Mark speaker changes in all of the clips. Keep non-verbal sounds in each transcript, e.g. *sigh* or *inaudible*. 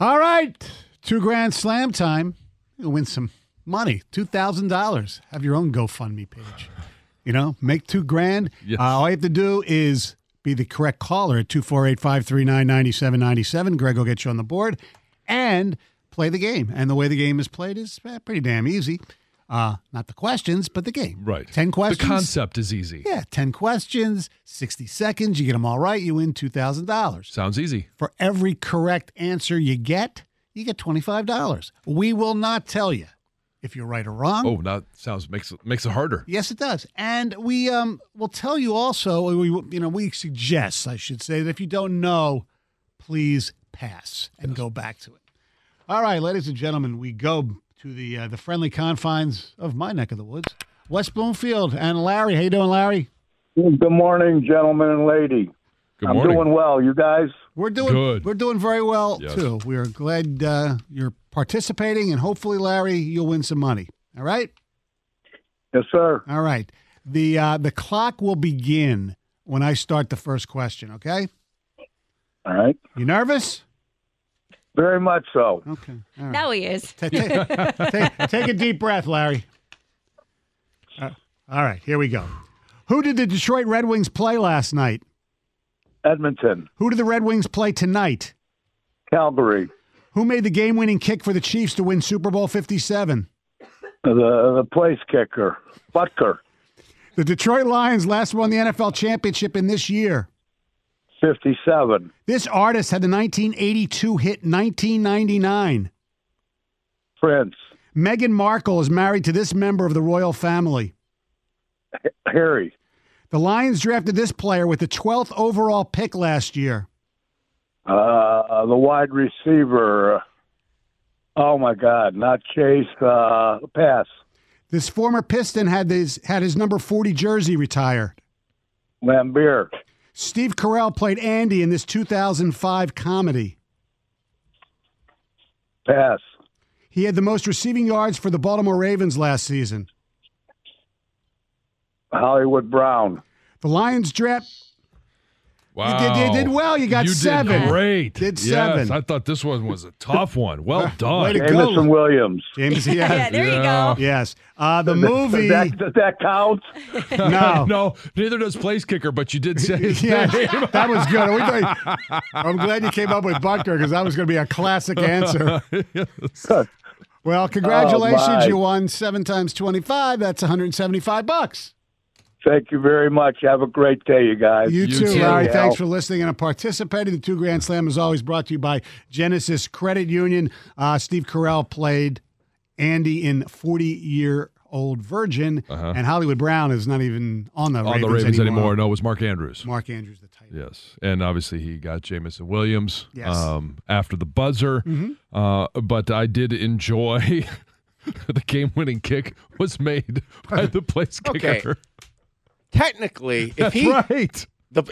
Speaker 1: All right, two grand slam time. You'll win some money, two thousand dollars. Have your own GoFundMe page. You know, make two grand.
Speaker 2: Yes.
Speaker 1: Uh, all you have to do is be the correct caller at 248-539-9797. Greg will get you on the board and play the game. And the way the game is played is eh, pretty damn easy. Uh, not the questions, but the game.
Speaker 2: Right.
Speaker 1: Ten questions.
Speaker 2: The concept is easy.
Speaker 1: Yeah, 10 questions, 60 seconds. You get them all right, you win $2,000.
Speaker 2: Sounds easy.
Speaker 1: For every correct answer you get, you get $25. We will not tell you if you're right or wrong.
Speaker 2: Oh, now it sounds makes it makes it harder.
Speaker 1: Yes, it does. And we um, will tell you also, we you know, we suggest, I should say, that if you don't know, please pass and go back to it. All right, ladies and gentlemen, we go to the uh, the friendly confines of my neck of the woods, West Bloomfield, and Larry. How you doing, Larry?
Speaker 3: Good morning, gentlemen and lady.
Speaker 2: Good
Speaker 3: I'm
Speaker 2: morning.
Speaker 3: doing well. You guys?
Speaker 1: We're doing
Speaker 2: Good.
Speaker 1: We're doing very well
Speaker 2: Yes.
Speaker 1: too. We are glad uh, you're participating, and hopefully, Larry, you'll win some money. All right,
Speaker 3: Yes, sir.
Speaker 1: all right. The uh, the clock will begin when I start the first question. Okay,
Speaker 3: All right.
Speaker 1: you nervous?
Speaker 3: Very much so.
Speaker 1: Okay, all right.
Speaker 4: Now he is.
Speaker 1: Ta- ta- take, take a deep breath, Larry. Uh, all right, here we go. Who did the Detroit Red Wings play last night?
Speaker 3: Edmonton,
Speaker 1: Who do the Red Wings play tonight?
Speaker 3: Calgary,
Speaker 1: Who made the game-winning kick for the Chiefs to win Super Bowl Fifty-seven?
Speaker 3: the the place kicker, Butker,
Speaker 1: The Detroit Lions last won the NFL championship in this year.
Speaker 3: 57,
Speaker 1: This artist had the 1982 hit 1999.
Speaker 3: Prince,
Speaker 1: Meghan Markle is married to this member of the royal family.
Speaker 3: Harry,
Speaker 1: The Lions drafted this player with the 12th overall pick last year.
Speaker 3: uh, the wide receiver. Oh my God, not Chase. Uh, pass,
Speaker 1: This former Piston had his, had his number 40 jersey retired.
Speaker 3: Lambeer,
Speaker 1: Steve Carell played Andy in this 2005 comedy.
Speaker 3: pass,
Speaker 1: He had the most receiving yards for the Baltimore Ravens last season.
Speaker 3: Hollywood Brown.
Speaker 1: The Lions draft
Speaker 2: Wow.
Speaker 1: did- you did well. You got
Speaker 2: You
Speaker 1: seven.
Speaker 2: Did great.
Speaker 1: Did
Speaker 2: Yes,
Speaker 1: seven.
Speaker 2: I thought this one was a
Speaker 1: *laughs*
Speaker 2: tough one. Well done.
Speaker 1: Way to go.
Speaker 3: Jameson Williams.
Speaker 1: James. *laughs*
Speaker 4: Yeah,
Speaker 1: Yes,
Speaker 4: there you
Speaker 2: Yeah.
Speaker 4: go.
Speaker 1: yes. Uh, the movie.
Speaker 3: Does that, does that count?
Speaker 1: no,
Speaker 2: *laughs* No, neither does place kicker, but you did say his
Speaker 1: *laughs*
Speaker 2: *laughs*
Speaker 1: Yeah,
Speaker 2: name.
Speaker 1: that was good. We thought- I'm glad you came up with Butker because that was going to be a
Speaker 2: *laughs*
Speaker 1: classic answer. Well, congratulations.
Speaker 3: Oh, my.
Speaker 1: you won seven times 25. That's 175 bucks.
Speaker 3: Thank you very much. Have a great day, you guys.
Speaker 1: You,
Speaker 2: You
Speaker 1: too,
Speaker 2: too.
Speaker 1: Larry.
Speaker 3: Yeah.
Speaker 1: Thanks for listening and participating. The Two Grand Slam is always brought to you by Genesis Credit Union. Uh, Steve Carell played Andy in 40 Year Old Virgin, and Hollywood Brown is not even on the,
Speaker 2: Uh-huh. on
Speaker 1: Ravens,
Speaker 2: the Ravens anymore. No, it was Mark Andrews.
Speaker 1: Mark Andrews, the tight end.
Speaker 2: Yes, and obviously he got Jamison Williams
Speaker 1: Yes. Mm-hmm.
Speaker 2: um, after the buzzer. Uh, but I did enjoy *laughs* the game-winning kick was made by the place
Speaker 5: Okay.
Speaker 2: kicker. *laughs*
Speaker 5: Technically, if
Speaker 2: That's
Speaker 5: he
Speaker 2: right.
Speaker 5: the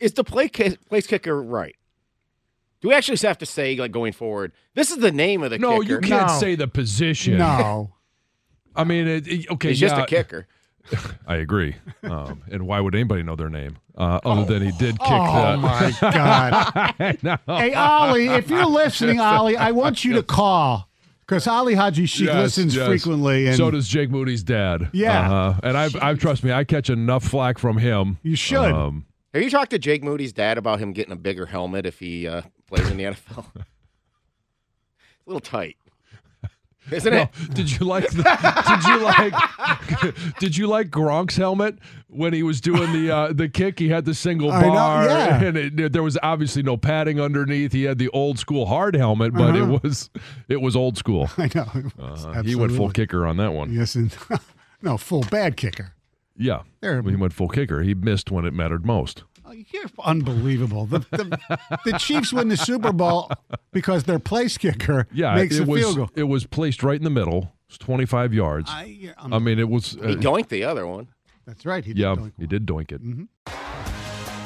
Speaker 5: is the play ki- place kicker right? Do we actually have to say like going forward? This is the name of the
Speaker 2: No,
Speaker 5: kicker.
Speaker 2: you can't
Speaker 1: No.
Speaker 2: say the position.
Speaker 1: No.
Speaker 2: I mean, it, it- okay,
Speaker 5: He's
Speaker 2: yeah,
Speaker 5: just a kicker.
Speaker 2: I agree. Um, and why would anybody know their name uh, other than he did kick
Speaker 1: Oh
Speaker 2: that? *laughs*
Speaker 1: my God!
Speaker 2: No.
Speaker 1: Hey Ollie, if you're
Speaker 2: *laughs*
Speaker 1: listening, Ollie, I want you to call because Ollie Haji Sheik
Speaker 2: Yes,
Speaker 1: listens
Speaker 2: yes.
Speaker 1: frequently, and
Speaker 2: so does Jake Moody's dad.
Speaker 1: Yeah.
Speaker 2: uh-huh. and I've, I've trust me, I catch enough flack from him.
Speaker 1: you should.
Speaker 2: Um,
Speaker 5: Have you talked to Jake Moody's dad about him getting a bigger helmet if he uh, plays in
Speaker 2: *laughs*
Speaker 5: the NFL? It's a little tight, isn't
Speaker 2: no,
Speaker 5: it?
Speaker 2: did you like? The, did you like? *laughs* did you like Gronk's helmet when he was doing the uh, the kick? He had the single
Speaker 1: I know,
Speaker 2: bar,
Speaker 1: yeah.
Speaker 2: and it, there was obviously no padding underneath. He had the old school hard helmet, but
Speaker 1: Uh-huh.
Speaker 2: it was it was old school.
Speaker 1: *laughs* I know.
Speaker 2: Uh, he went full
Speaker 1: Absolutely.
Speaker 2: kicker on that one.
Speaker 1: Yes, and *laughs* no, full bad kicker.
Speaker 2: Yeah,
Speaker 1: There-
Speaker 2: he went full kicker. He missed when it mattered most.
Speaker 1: Oh, You're unbelievable. The, the, the Chiefs win the Super Bowl because their place kicker
Speaker 2: Yeah,
Speaker 1: makes
Speaker 2: it
Speaker 1: the
Speaker 2: was
Speaker 1: field goal.
Speaker 2: it was placed right in the middle. It's 25 yards. I,
Speaker 1: I, you're un-
Speaker 2: mean, it was
Speaker 5: He
Speaker 2: uh,
Speaker 5: doinked the other one.
Speaker 1: that's right. He did
Speaker 2: yeah,
Speaker 1: doink
Speaker 2: he did doink it.